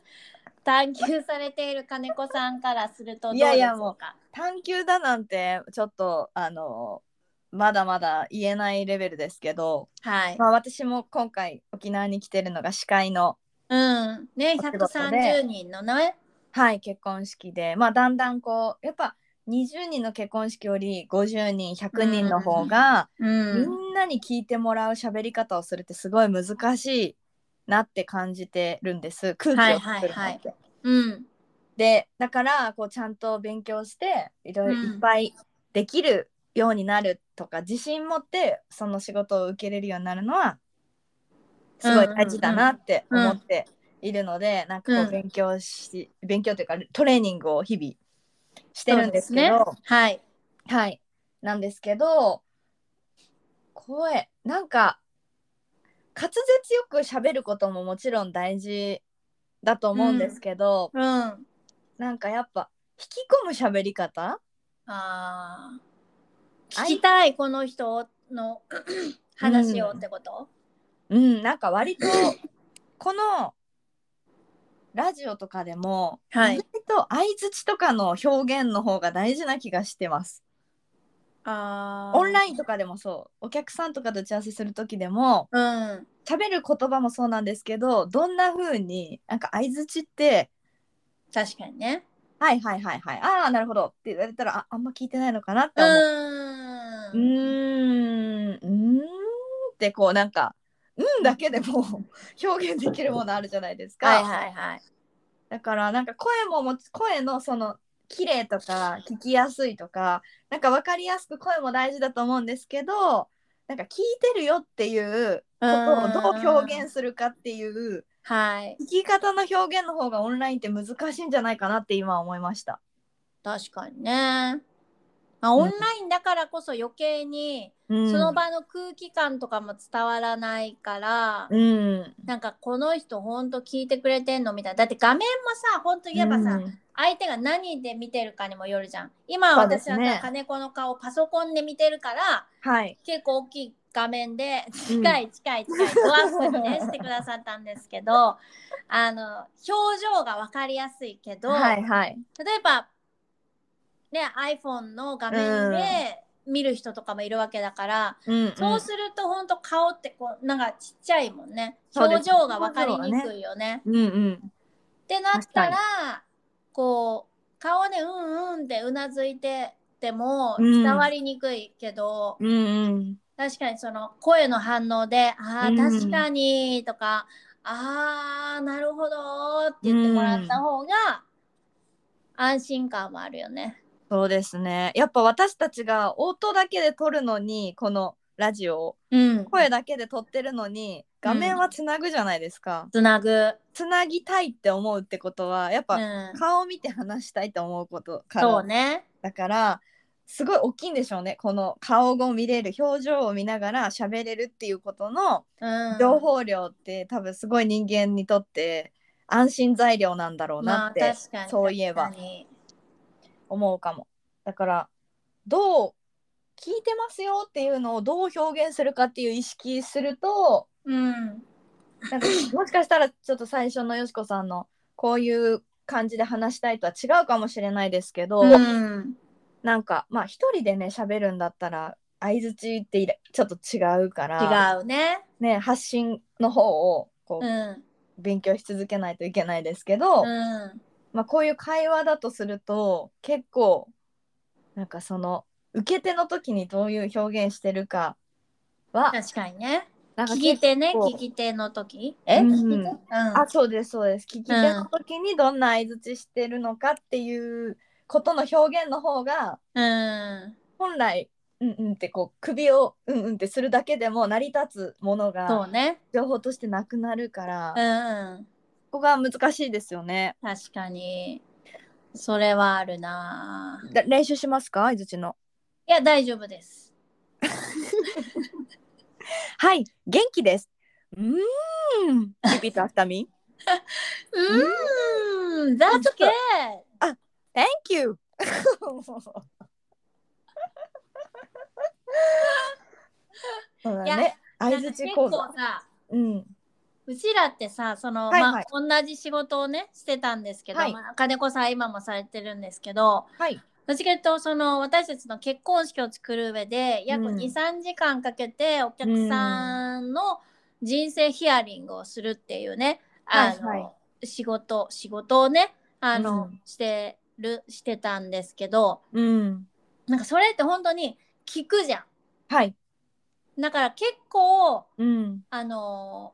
[SPEAKER 1] 探求されている金子さんからするとどうでしょうか。
[SPEAKER 2] いやいやもう探求だなんて、ちょっと、あのまだまだ言えないレベルですけど、
[SPEAKER 1] はい。
[SPEAKER 2] まあ、私も今回沖縄に来てるのが司会の
[SPEAKER 1] うん。ね
[SPEAKER 2] お仕事で
[SPEAKER 1] 130人のね。
[SPEAKER 2] はい、結婚式で、まあ、だんだんこう、やっぱ20人の結婚式より50人、100人の方が、
[SPEAKER 1] うん。
[SPEAKER 2] みんなに聞いてもらう喋り方をするってすごい難しいなって感じてるんです。空気を作るのって。
[SPEAKER 1] はいはいうん。
[SPEAKER 2] で、だから、こう、ちゃんと勉強して、いろいろ
[SPEAKER 1] うん
[SPEAKER 2] いっぱいできるようになるとか、自信持って、その仕事を受けれるようになるのは、すごい大事だなって思っているので、なんかこ
[SPEAKER 1] うん
[SPEAKER 2] う勉強し、勉強というかトレーニングを日々してるんですけ
[SPEAKER 1] そう
[SPEAKER 2] ど
[SPEAKER 1] ですね、はい。
[SPEAKER 2] はいなんですけど声なんか滑舌よく喋ることももちろん大事だと思うんですけど、
[SPEAKER 1] うん。あ
[SPEAKER 2] なんかやっぱ引き込む喋り方
[SPEAKER 1] あー。聞きたい、この人 の話をってこと、
[SPEAKER 2] うんなんか 割とこのラジオとかでも、
[SPEAKER 1] はい
[SPEAKER 2] 意。外と相槌とかの表現の方が大事な気がしてます。
[SPEAKER 1] ああ。
[SPEAKER 2] オンラインとかでもそうお客さんとかと打ち合わせする時でも
[SPEAKER 1] うん。
[SPEAKER 2] 喋る言葉もそうなんですけどどんな風になんか相づちって
[SPEAKER 1] 確かにね。
[SPEAKER 2] 「はいはいはいはいああなるほど」って言われたらああんま聞いてないのかなって
[SPEAKER 1] う
[SPEAKER 2] 思う。
[SPEAKER 1] ー
[SPEAKER 2] うー
[SPEAKER 1] ん。
[SPEAKER 2] んうーんってこうなんか「うん」だけでも 表現できるものあるじゃないですか。
[SPEAKER 1] はいはいはい。
[SPEAKER 2] だからなんか声ももち声のその綺麗とか聞きやすいとかなんか分かりやすく声も大事だと思うんですけどなんか聞いてるよっていうことをどう表現するかっていう
[SPEAKER 1] はい。
[SPEAKER 2] 聞き方の表現の方がオンラインって難しいんじゃないかなって今思いました。
[SPEAKER 1] 確かにね。あオンラインだからこそ余計に
[SPEAKER 2] うん
[SPEAKER 1] その場の空気感とかも伝わらないから、
[SPEAKER 2] うん
[SPEAKER 1] なんかこの人ほんと聞いてくれてんのみたいなだって画面もさほんと言えばさ、
[SPEAKER 2] うん
[SPEAKER 1] 相手が何で見てるかにもよるじゃん今
[SPEAKER 2] そうで
[SPEAKER 1] 私
[SPEAKER 2] す
[SPEAKER 1] はさ、
[SPEAKER 2] ね
[SPEAKER 1] 金子の顔パソコンで見てるから
[SPEAKER 2] はい
[SPEAKER 1] 結構大きい画面で
[SPEAKER 2] うん
[SPEAKER 1] 近い近い近いドアップにねしてくださったんですけ どあの表情が分かりやすいけど、
[SPEAKER 2] はいはい
[SPEAKER 1] 例えば、ね、iPhone の画面で見る人とかもいるわけだから、
[SPEAKER 2] うん
[SPEAKER 1] そうするとほんと顔ってこうなんかちっちゃいもんね
[SPEAKER 2] そうで
[SPEAKER 1] 表
[SPEAKER 2] す
[SPEAKER 1] 情が分かりにくいよね。
[SPEAKER 2] うんうん
[SPEAKER 1] ってなった
[SPEAKER 2] 確
[SPEAKER 1] らこう顔でうんうんってうなずいてっても
[SPEAKER 2] うん
[SPEAKER 1] 伝わりにくいけど、
[SPEAKER 2] うんうん
[SPEAKER 1] 確かにその声の反応で「ああ
[SPEAKER 2] うん
[SPEAKER 1] 確かに」とか「ああなるほど」って言ってもらった方が安心感もあるよね。
[SPEAKER 2] そうですねやっぱ私たちが音だけで撮るのにこのラジオを
[SPEAKER 1] うん、
[SPEAKER 2] 声だけで撮ってるのに画面はつなぐじゃないですか、
[SPEAKER 1] つなぐ、
[SPEAKER 2] つなぎたいって思うってことはやっ
[SPEAKER 1] う
[SPEAKER 2] ぱ
[SPEAKER 1] ん、
[SPEAKER 2] 顔見て話したいと思うことから、
[SPEAKER 1] そうね。
[SPEAKER 2] だからすごい大きいんでしょうねこの顔を見れる表情を見ながら喋れるっていうことの
[SPEAKER 1] うん、
[SPEAKER 2] 情報量って、多分すごい人間にとって安心材料なんだろうなって
[SPEAKER 1] まあ、確かに
[SPEAKER 2] そういえば
[SPEAKER 1] 確かに
[SPEAKER 2] 思うかも。だからどう聞いてますよっていうのをどう表現するかっていう意識すると
[SPEAKER 1] うん
[SPEAKER 2] なんかもしかしたらちょっと最初のよしこさんのこういう感じで話したいとは違うかもしれないですけど、
[SPEAKER 1] うん
[SPEAKER 2] なんかまあ一人でね喋るんだったら相槌っていらちょっと違うから
[SPEAKER 1] 違うね。
[SPEAKER 2] ね、発信の方をこう、
[SPEAKER 1] うん
[SPEAKER 2] 勉強し続けないといけないですけ
[SPEAKER 1] う
[SPEAKER 2] ど、
[SPEAKER 1] ん
[SPEAKER 2] まあ、こういう会話だとすると結構なんかその受け手の時にどういう表現してるかは
[SPEAKER 1] 確かにね。
[SPEAKER 2] なんか
[SPEAKER 1] 聞き手ね、
[SPEAKER 2] 結構
[SPEAKER 1] 聞き手の時。
[SPEAKER 2] う
[SPEAKER 1] え、
[SPEAKER 2] ん
[SPEAKER 1] 聞き手うん
[SPEAKER 2] あそうですそうです聞き手の時にどんな相槌してるのかっていうことの表現の方が
[SPEAKER 1] うん、
[SPEAKER 2] 本来うんうんってこう首をうんうんってするだけでも成り立つもの
[SPEAKER 1] そ
[SPEAKER 2] が
[SPEAKER 1] うね。
[SPEAKER 2] 情報としてなくなるから、
[SPEAKER 1] うん、
[SPEAKER 2] ここが難しいですよね。
[SPEAKER 1] 確かに。それはあるな。
[SPEAKER 2] だ練習しますか相槌の。
[SPEAKER 1] いや、大丈夫です。
[SPEAKER 2] はい元気です。うーん。Repeat after me.
[SPEAKER 1] うーん、だっけ。
[SPEAKER 2] Thank you. そうだ
[SPEAKER 1] いや
[SPEAKER 2] ね。相槌
[SPEAKER 1] な
[SPEAKER 2] 講
[SPEAKER 1] ん
[SPEAKER 2] 座
[SPEAKER 1] か。結構さ。
[SPEAKER 2] うん。
[SPEAKER 1] うちらってさその、
[SPEAKER 2] はいはい
[SPEAKER 1] まあ、同じ仕事をねしてたんですけど、
[SPEAKER 2] はい
[SPEAKER 1] まあ、金子さん今もされてるんですけど
[SPEAKER 2] はい。
[SPEAKER 1] どっちかというとその私たちの結婚式を作る上で約
[SPEAKER 2] うん
[SPEAKER 1] 23時間かけてお客さんの人生ヒアリングをするっていうね、あの
[SPEAKER 2] はいは
[SPEAKER 1] 仕事仕事をねあの、
[SPEAKER 2] うん
[SPEAKER 1] してるしてたんですけど
[SPEAKER 2] うん。
[SPEAKER 1] なんかそれって本当に聞くじゃ
[SPEAKER 2] はい。
[SPEAKER 1] ん。だから結構
[SPEAKER 2] うん。
[SPEAKER 1] あの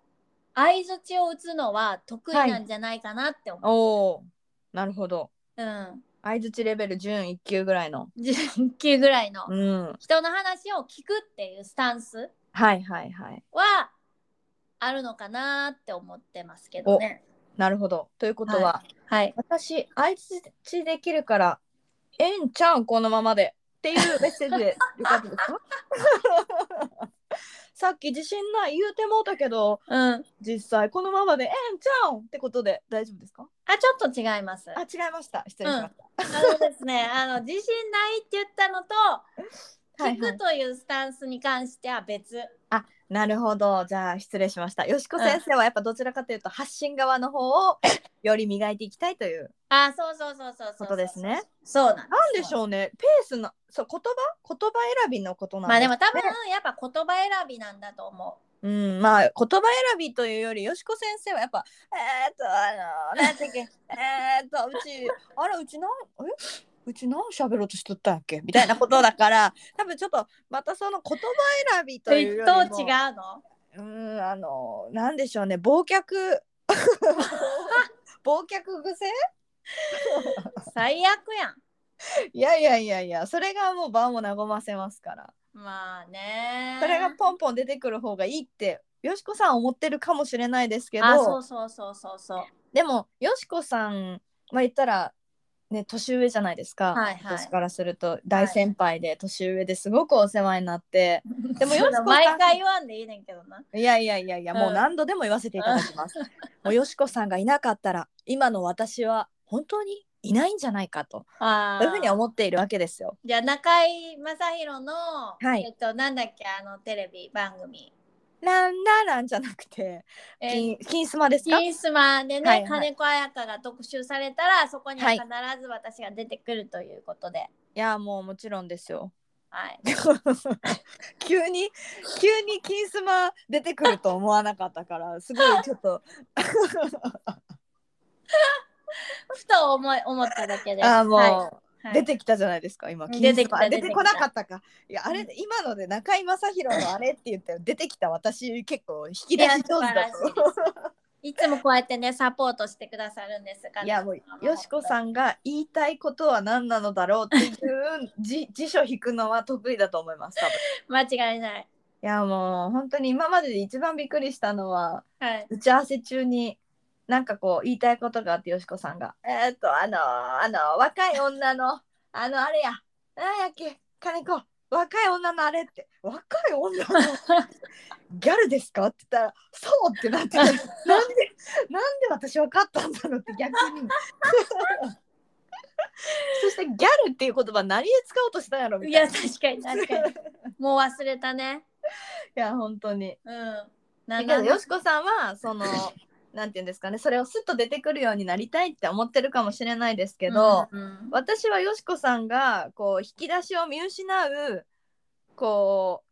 [SPEAKER 1] 相づちを打つのは得意なんじゃないかなって思う。
[SPEAKER 2] おお。なるほど。
[SPEAKER 1] うん、
[SPEAKER 2] 相槌レベル準一級ぐらいの。
[SPEAKER 1] 10級ぐらいの
[SPEAKER 2] うん。
[SPEAKER 1] 人の話を聞くっていうスタンス
[SPEAKER 2] はいはいはい。
[SPEAKER 1] はあるのかなって思ってますけどね。
[SPEAKER 2] なるほど。ということは、
[SPEAKER 1] はい、
[SPEAKER 2] 私相槌できるからええんちゃうんこのままでっていうメッセージでよかったですか さっき自信ない言うてもうたけど
[SPEAKER 1] うん、
[SPEAKER 2] 実際このままでええんちゃうんってことで大丈夫ですか
[SPEAKER 1] あちょっと違います。
[SPEAKER 2] あ
[SPEAKER 1] あ
[SPEAKER 2] 違いました失礼しました、
[SPEAKER 1] のですね あの自信ないって言ったのと
[SPEAKER 2] は
[SPEAKER 1] 聞
[SPEAKER 2] いはい
[SPEAKER 1] くというスタンスに関しては別。
[SPEAKER 2] なるほどじゃあ失礼しましたよしこ先生はやっぱどちらかというと発信側の方 をより磨いていきたいという
[SPEAKER 1] あそうそうそうそうそうそう
[SPEAKER 2] ことですね。
[SPEAKER 1] そうなんです
[SPEAKER 2] なんでしょうねペースのそう言葉言葉選びのことなん
[SPEAKER 1] まあ
[SPEAKER 2] です
[SPEAKER 1] で
[SPEAKER 2] か
[SPEAKER 1] も多分やっぱ言葉選びなんだと思
[SPEAKER 2] うん、まあ言葉選びというよりよしこ先生はやっぱ「えー、っとあのなんてっけ えーっとうちあれうちなんえうち何喋ろうとしとったっけ?」みたいなことだから多分ちょっとまたその言葉選び
[SPEAKER 1] う。
[SPEAKER 2] と
[SPEAKER 1] と
[SPEAKER 2] い
[SPEAKER 1] 違う
[SPEAKER 2] うよりも
[SPEAKER 1] の
[SPEAKER 2] うんあのなんでしょうね忘却 忘却癖
[SPEAKER 1] 最悪やん。
[SPEAKER 2] いやいやいやいやそれがもう場を和ませますから
[SPEAKER 1] まあね。
[SPEAKER 2] それがポンポン出てくる方がいいってよしこさんは思ってるかもしれないですけど。
[SPEAKER 1] あそうそうそうそうそう。
[SPEAKER 2] でもよしこさんまあ言ったらね年上じゃないですか、
[SPEAKER 1] はいはい
[SPEAKER 2] 私からすると大先輩で、年上ですごくお世話になってでもよしこさ ん
[SPEAKER 1] 毎回言わんでいいねんけどな。
[SPEAKER 2] いやいやいやいや、
[SPEAKER 1] うん
[SPEAKER 2] もう何度でも言わせていただ きます、もうよしこさんがいなかったら今の私は本当にいないんじゃないかと
[SPEAKER 1] あ
[SPEAKER 2] そういうふうに
[SPEAKER 1] あ。
[SPEAKER 2] 思っているわけですよ
[SPEAKER 1] じゃあ中井正広の、
[SPEAKER 2] はい
[SPEAKER 1] えっとなんだっけあのテレビ番組。
[SPEAKER 2] ランランランじゃなくて
[SPEAKER 1] えー
[SPEAKER 2] 金金スマですか
[SPEAKER 1] 金スマでね、
[SPEAKER 2] はいはい
[SPEAKER 1] 金子彩香が特集されたらそこには
[SPEAKER 2] はい
[SPEAKER 1] 必ず私が出てくるということで、
[SPEAKER 2] いやもうもちろんですよ
[SPEAKER 1] はい、
[SPEAKER 2] 急に急に金スマ出てくると思わなかったからすごいちょっと
[SPEAKER 1] ふと思い思っただけです。
[SPEAKER 2] あーもう、
[SPEAKER 1] ははい
[SPEAKER 2] 出てきたじゃないですか今
[SPEAKER 1] 出てきた
[SPEAKER 2] 金属あ
[SPEAKER 1] 出
[SPEAKER 2] 出
[SPEAKER 1] てき
[SPEAKER 2] て
[SPEAKER 1] た
[SPEAKER 2] こなかったかいやあれ今ので中居正広のあれって言ったら出てきた私結構引き出し上手だ
[SPEAKER 1] いや素
[SPEAKER 2] と
[SPEAKER 1] いつもこうやってねサポートしてくださるんですが
[SPEAKER 2] いやもうよしこさんが言いたいことは何なのだろうっていうじ辞書引くのは得意だと思います多分
[SPEAKER 1] 間違いない
[SPEAKER 2] いやもう本当に今までで一番びっくりしたのは
[SPEAKER 1] はい
[SPEAKER 2] 打ち合わせ中になんかこう言いたいことがあってよしこさんが「えーっとあのあの若い女のあのあれやなんやっけ金子若い女のあれって若い 女のギャルですか?」って言ったら「そう!」ってなって なんでなんで私分かったんだろうって逆 に。そしてギャルっていう言葉何で使おうとしたんやろみ
[SPEAKER 1] い
[SPEAKER 2] たい
[SPEAKER 1] や
[SPEAKER 2] な。
[SPEAKER 1] 確かに確かにもう忘れたね
[SPEAKER 2] いや本当に。
[SPEAKER 1] うんなん
[SPEAKER 2] だ
[SPEAKER 1] だ
[SPEAKER 2] けどよしこさんは そのなんて言うんですかねそれをスッと出てくるようになりたいって思ってるかもしれないですけど、
[SPEAKER 1] うんうん
[SPEAKER 2] 私はよしこさんがこう引き出しを見失うこ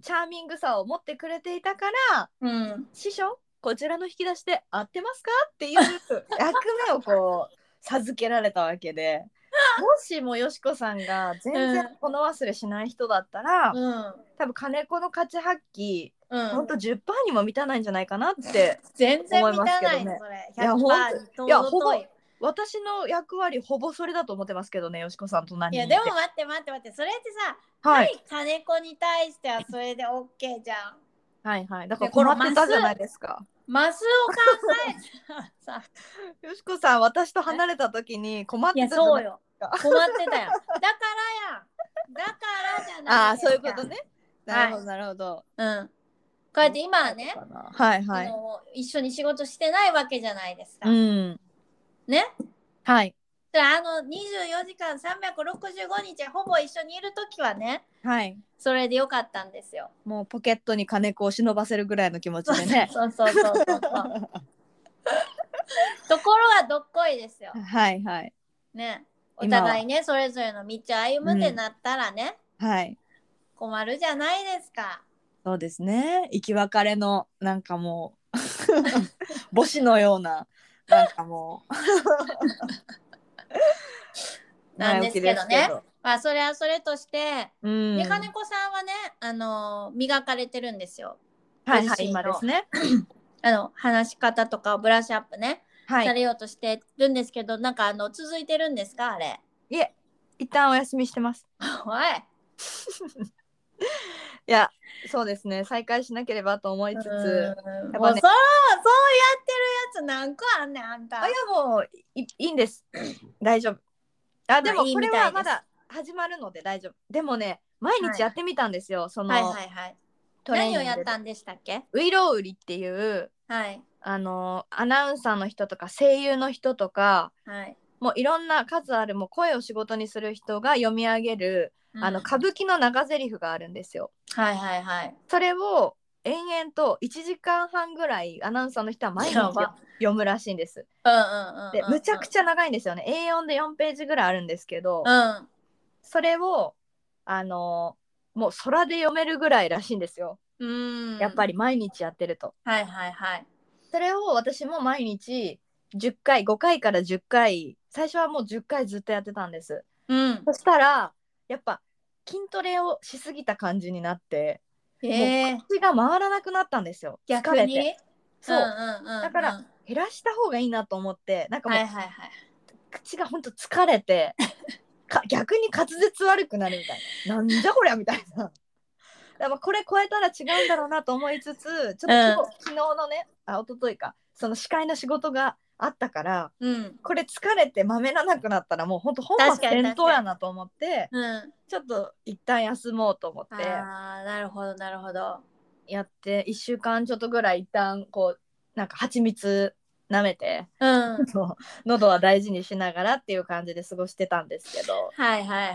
[SPEAKER 2] うチャーミングさを持ってくれていたから
[SPEAKER 1] うん、
[SPEAKER 2] 師匠こちらの引き出しで合ってますかって いう役目をこう授けられたわけで。もしもよしこさんが全
[SPEAKER 1] う
[SPEAKER 2] 然物忘れしない人だったら、
[SPEAKER 1] うん
[SPEAKER 2] 多分金子の価値発揮
[SPEAKER 1] う
[SPEAKER 2] ほん
[SPEAKER 1] ん
[SPEAKER 2] と10%にも満たないんじゃないかなって
[SPEAKER 1] 全然満たない
[SPEAKER 2] 思いますけどね
[SPEAKER 1] それ
[SPEAKER 2] いやほんと
[SPEAKER 1] 100%に
[SPEAKER 2] いやほぼ
[SPEAKER 1] 尊い
[SPEAKER 2] 私の役割ほぼそれだと思ってますけどねよしこさんと何
[SPEAKER 1] い
[SPEAKER 2] 人
[SPEAKER 1] やでも待って待って待ってそれってさ
[SPEAKER 2] は、
[SPEAKER 1] はいい、金子に対してはそれで OK じゃん。
[SPEAKER 2] はいはいだから困ってたじゃないですか
[SPEAKER 1] マスを考えたらさ、
[SPEAKER 2] よしこさん私と離れた時に困っ
[SPEAKER 1] い
[SPEAKER 2] て
[SPEAKER 1] や
[SPEAKER 2] たじゃな
[SPEAKER 1] そ
[SPEAKER 2] いう
[SPEAKER 1] よ。
[SPEAKER 2] か
[SPEAKER 1] 困ってたよ。だからやん。だからじゃない
[SPEAKER 2] ああそういうこと
[SPEAKER 1] ね。
[SPEAKER 2] ね
[SPEAKER 1] はい
[SPEAKER 2] なるほどなるほど、
[SPEAKER 1] うん。こうやって今はね、
[SPEAKER 2] はいは
[SPEAKER 1] あ
[SPEAKER 2] い
[SPEAKER 1] の一緒に仕事してないわけじゃないですか。
[SPEAKER 2] うん
[SPEAKER 1] ね
[SPEAKER 2] はい
[SPEAKER 1] だからあの24時間365日ほぼ一緒にいる時はね、
[SPEAKER 2] はい
[SPEAKER 1] それでよかったんですよ。
[SPEAKER 2] もうポケットに金子を忍ばせるぐらいの気持ちでね
[SPEAKER 1] そうそうそうそうそう。ところがどっこいですよ。
[SPEAKER 2] はいはい
[SPEAKER 1] ね。お
[SPEAKER 2] 今は
[SPEAKER 1] 互いね、それぞれの道歩むってなったらね、
[SPEAKER 2] はい
[SPEAKER 1] 困るじゃないですか。
[SPEAKER 2] そうですね生き別れのなんかもう 母子のようななんかも う
[SPEAKER 1] なんですけどね
[SPEAKER 2] 前置きです
[SPEAKER 1] まあそれはそれとして、
[SPEAKER 2] うん、
[SPEAKER 1] で金子さんはね、あのー磨かれてるんですよ。
[SPEAKER 2] はいは
[SPEAKER 1] ご自
[SPEAKER 2] い
[SPEAKER 1] 身の
[SPEAKER 2] 今ですね
[SPEAKER 1] あの話し方とかをブラッシュアップね、
[SPEAKER 2] は
[SPEAKER 1] さ
[SPEAKER 2] い
[SPEAKER 1] れようとしてるんですけど、なんかあの続いてるんですかあれ。
[SPEAKER 2] いえ一旦お休みしてます
[SPEAKER 1] おい。
[SPEAKER 2] いやそうですね再開しなければと思いつつ
[SPEAKER 1] うーん
[SPEAKER 2] や
[SPEAKER 1] も
[SPEAKER 2] っ
[SPEAKER 1] う
[SPEAKER 2] ぱね
[SPEAKER 1] そうそうやってるやつ何個あんねんあんた
[SPEAKER 2] あい。やもういいい んです大丈夫あで
[SPEAKER 1] ま
[SPEAKER 2] も
[SPEAKER 1] あいい
[SPEAKER 2] これ
[SPEAKER 1] みたいで
[SPEAKER 2] は
[SPEAKER 1] す
[SPEAKER 2] まだ始まるので大丈夫でもね毎日やってみたんですよ、その、
[SPEAKER 1] はいはいはい。
[SPEAKER 2] トレーニン
[SPEAKER 1] 何
[SPEAKER 2] グ
[SPEAKER 1] を
[SPEAKER 2] で
[SPEAKER 1] やったんでしたっけ？
[SPEAKER 2] ウイロウリっていう
[SPEAKER 1] はい
[SPEAKER 2] あのアナウンサーの人とか声優の人とか
[SPEAKER 1] はい。
[SPEAKER 2] もういろんな数あるもう声を仕事にする人が読み上げる、あの
[SPEAKER 1] うん
[SPEAKER 2] 歌舞伎の長台詞があるんですよ。
[SPEAKER 1] はいはいはい。
[SPEAKER 2] それを延々と1時間半ぐらいアナウンサーの人は毎日
[SPEAKER 1] やば
[SPEAKER 2] 読むらしいんです。
[SPEAKER 1] うんうんうんうんうん。
[SPEAKER 2] でむちゃくちゃ長いんですよね A4 で4ページぐらいあるんですけど、
[SPEAKER 1] うん。
[SPEAKER 2] それをあのもう空で読めるぐらいらしいんですよ
[SPEAKER 1] うーん。
[SPEAKER 2] やっぱ
[SPEAKER 1] り。
[SPEAKER 2] り毎日やってると。
[SPEAKER 1] はいはいはい。
[SPEAKER 2] それを私も毎日10回5回から10回最初はもう10回ずっとやってたんです。
[SPEAKER 1] うん。
[SPEAKER 2] そしたらやっぱ筋トレをしすぎた感じになって
[SPEAKER 1] ええ。
[SPEAKER 2] 口が回らなくなったんですよ。
[SPEAKER 1] 逆
[SPEAKER 2] 疲れて
[SPEAKER 1] に。
[SPEAKER 2] そう、
[SPEAKER 1] うんうんうん、
[SPEAKER 2] だから減らした方がいいなと思ってなんかも
[SPEAKER 1] は
[SPEAKER 2] う
[SPEAKER 1] いはいはい。
[SPEAKER 2] 口がほんと疲れてか逆に滑舌悪くなるみたいななんじゃこりゃみたいな。だからこれ超えたら違うんだろうなと思いつつちょっと今日、昨日のねあ一昨日かその司会の仕事があったから
[SPEAKER 1] うん。
[SPEAKER 2] これ疲れてまめらなくなったらもうほんと本末
[SPEAKER 1] 確かに
[SPEAKER 2] 転倒やなと思って
[SPEAKER 1] うん。
[SPEAKER 2] ちょっと一旦休もうと思って
[SPEAKER 1] ああ、なるほどなるほど。
[SPEAKER 2] やって1週間ちょっとぐらい一旦こうなんか蜂蜜舐めて
[SPEAKER 1] うん。はい
[SPEAKER 2] そう喉は大事にしながらっていう感じで過ごしてたんですけど。
[SPEAKER 1] はいはいはい。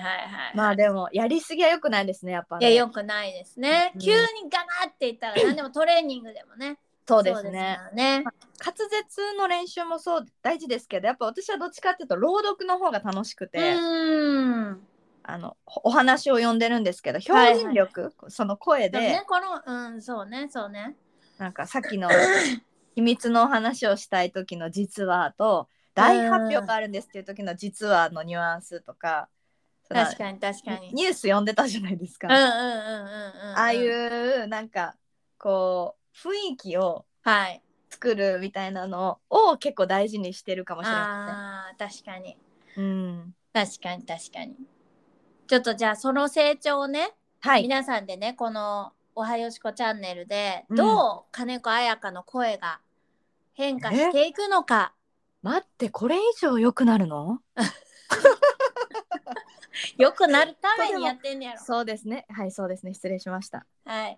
[SPEAKER 2] まあでもやりすぎは良くないですねやっぱ
[SPEAKER 1] い
[SPEAKER 2] ね。
[SPEAKER 1] やよくないですね。
[SPEAKER 2] うん
[SPEAKER 1] 急にガナって言ったら何でもトレーニングでもね。
[SPEAKER 2] そうですね
[SPEAKER 1] からね。
[SPEAKER 2] 滑舌の練習もそう大事ですけどやっぱ私はどっちかっていうと朗読の方が楽しく
[SPEAKER 1] う
[SPEAKER 2] て、
[SPEAKER 1] ーん。
[SPEAKER 2] あのおお話を読んでるんですけど
[SPEAKER 1] はい
[SPEAKER 2] 表現力、その声
[SPEAKER 1] で
[SPEAKER 2] で、
[SPEAKER 1] もねこのうんそうねそうね。
[SPEAKER 2] なんかさっきの秘密のお話をしたい時の実はと大発表があるんですっていう時の実はのニュアンスとかその
[SPEAKER 1] 確かに確かに。
[SPEAKER 2] ニュース読んでたじゃないですか、
[SPEAKER 1] うんうん
[SPEAKER 2] あ
[SPEAKER 1] うんうんうん。
[SPEAKER 2] あい。うなんかこう雰囲気を
[SPEAKER 1] はい。
[SPEAKER 2] 作るみたいなのを結構大事にしてるかもしれま
[SPEAKER 1] ああー、確かに。
[SPEAKER 2] せん、うん、
[SPEAKER 1] 確かに確かに。ちょっとじゃあその成長をね、
[SPEAKER 2] はい
[SPEAKER 1] 皆さんでね、このおはよしこチャンネルで、
[SPEAKER 2] うん
[SPEAKER 1] どう金子彩香の声が変化していくのか、
[SPEAKER 2] 待ってこれ以上良くなるの
[SPEAKER 1] 良くなるためにやってんねやろ。
[SPEAKER 2] そうですねはいそうですね失礼しました
[SPEAKER 1] はい。っ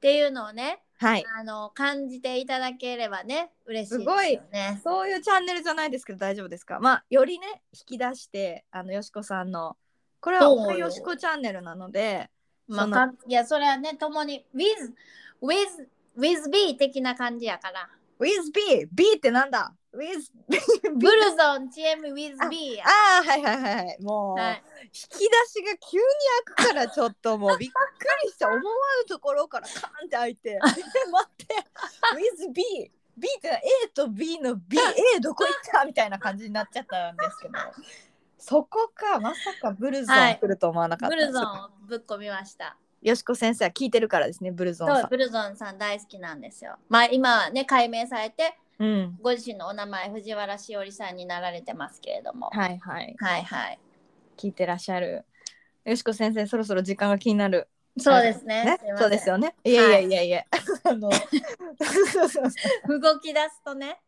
[SPEAKER 1] ていうのをね、
[SPEAKER 2] はい
[SPEAKER 1] あの感じていただければね、嬉しいです
[SPEAKER 2] すごい
[SPEAKER 1] よね。
[SPEAKER 2] そういうチャンネルじゃないですけど大丈夫ですかまあよりね引き出してあのよしこさんのこれは
[SPEAKER 1] そうよ
[SPEAKER 2] おはよしこチャンネルなので
[SPEAKER 1] まあ、
[SPEAKER 2] その
[SPEAKER 1] かいや、それはね、共に with with with B 的な感じやから。
[SPEAKER 2] With B B ってなんだ With B
[SPEAKER 1] ブルゾン GM with B や。
[SPEAKER 2] ああはいはいはいはいもう、
[SPEAKER 1] はい、
[SPEAKER 2] 引き出しが急に開くからちょっともうびっくりした思わぬところからカーンって 開いてえ待って With B B ってのは A と B の BA どこ行ったみたいな感じになっちゃったんですけどそこかまさかブルゾ
[SPEAKER 1] は
[SPEAKER 2] ン
[SPEAKER 1] い
[SPEAKER 2] 来ると思わなかった
[SPEAKER 1] ブ
[SPEAKER 2] です、
[SPEAKER 1] ルゾンをぶっ込みました。
[SPEAKER 2] よしこ先生は聞いてるからですねブルゾン
[SPEAKER 1] そ
[SPEAKER 2] さ。
[SPEAKER 1] うんブルゾンさん大好きなんですよ。まあ今はね解明されて
[SPEAKER 2] うん、
[SPEAKER 1] ご自身のお名前藤原しおりさんになられてますけれども。
[SPEAKER 2] はいはい
[SPEAKER 1] はいはい。
[SPEAKER 2] 聞いてらっしゃる。よしこ先生そろそろ時間が気になる。
[SPEAKER 1] そうですね。
[SPEAKER 2] ね
[SPEAKER 1] いません
[SPEAKER 2] そうです。よね。いやいやいやいや。 あの
[SPEAKER 1] 動き出すとね。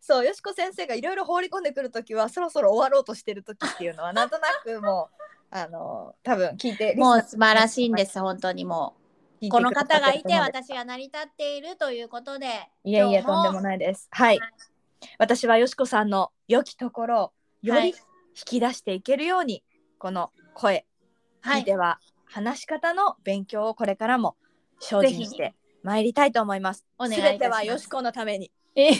[SPEAKER 2] そうよしこ先生がいろいろ放り込んでくるときはそろそろ終わろうとしてるときっていうのはなんとなくもう あの多分聞いて
[SPEAKER 1] もう素晴らしいんです、本当にも。
[SPEAKER 2] 聞いうて
[SPEAKER 1] この方がい
[SPEAKER 2] く
[SPEAKER 1] て
[SPEAKER 2] ださってると思うので
[SPEAKER 1] 私が成り立っているということで。
[SPEAKER 2] いやいや
[SPEAKER 1] 今日
[SPEAKER 2] とんでもないです。はい。私はよしこさんの良きところをよ
[SPEAKER 1] はい
[SPEAKER 2] り引き出していけるように、この声
[SPEAKER 1] は
[SPEAKER 2] で
[SPEAKER 1] い。
[SPEAKER 2] は話し方の勉強をこれからも精進してまいりたいと思います。
[SPEAKER 1] お願いい
[SPEAKER 2] す
[SPEAKER 1] たします
[SPEAKER 2] べてはよしこのために。
[SPEAKER 1] え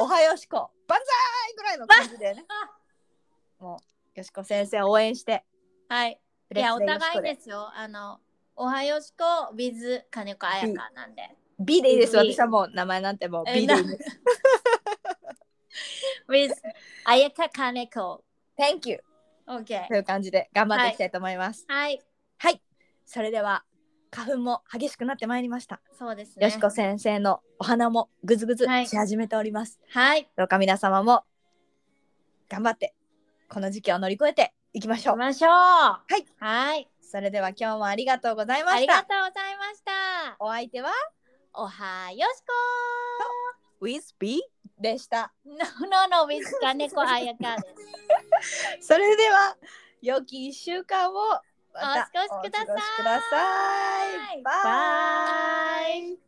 [SPEAKER 2] おはよしこ、万歳ぐらいの感じ でね。もうよしこ先生を応援して。
[SPEAKER 1] はい。
[SPEAKER 2] フ
[SPEAKER 1] い
[SPEAKER 2] レッ
[SPEAKER 1] や、
[SPEAKER 2] シ
[SPEAKER 1] お
[SPEAKER 2] ュでよし
[SPEAKER 1] 互
[SPEAKER 2] こ
[SPEAKER 1] い
[SPEAKER 2] で
[SPEAKER 1] ですよ。あの、おはよしこ、with 金子彩香なんで。
[SPEAKER 2] B でいいです。
[SPEAKER 1] B
[SPEAKER 2] 私はもう名前なんてもう
[SPEAKER 1] え
[SPEAKER 2] B でいいです。
[SPEAKER 1] with 彩香金子。
[SPEAKER 2] Thank you
[SPEAKER 1] OK
[SPEAKER 2] と。いう感じで頑張っていきたいと思います。
[SPEAKER 1] はい。
[SPEAKER 2] はい、それでは花粉も激しくなってまいりました。
[SPEAKER 1] そうですね。
[SPEAKER 2] よしこ先生のお花もぐずぐず
[SPEAKER 1] はい
[SPEAKER 2] し始めております。
[SPEAKER 1] はい。
[SPEAKER 2] どうか皆様も頑張ってこの時期を乗り越えていきましょ
[SPEAKER 1] 行き。
[SPEAKER 2] う
[SPEAKER 1] ましょう。
[SPEAKER 2] い
[SPEAKER 1] はい。
[SPEAKER 2] それでは今日もありがとうございま
[SPEAKER 1] あ
[SPEAKER 2] し
[SPEAKER 1] りが
[SPEAKER 2] た
[SPEAKER 1] と。うございました。
[SPEAKER 2] お相手は
[SPEAKER 1] おはよしこ
[SPEAKER 2] With B でした。
[SPEAKER 1] ー。ののの with 金子彩香 です。
[SPEAKER 2] それでは良き一週間をまた
[SPEAKER 1] お過ごしください
[SPEAKER 2] お過ごしくださいバイ
[SPEAKER 1] バイ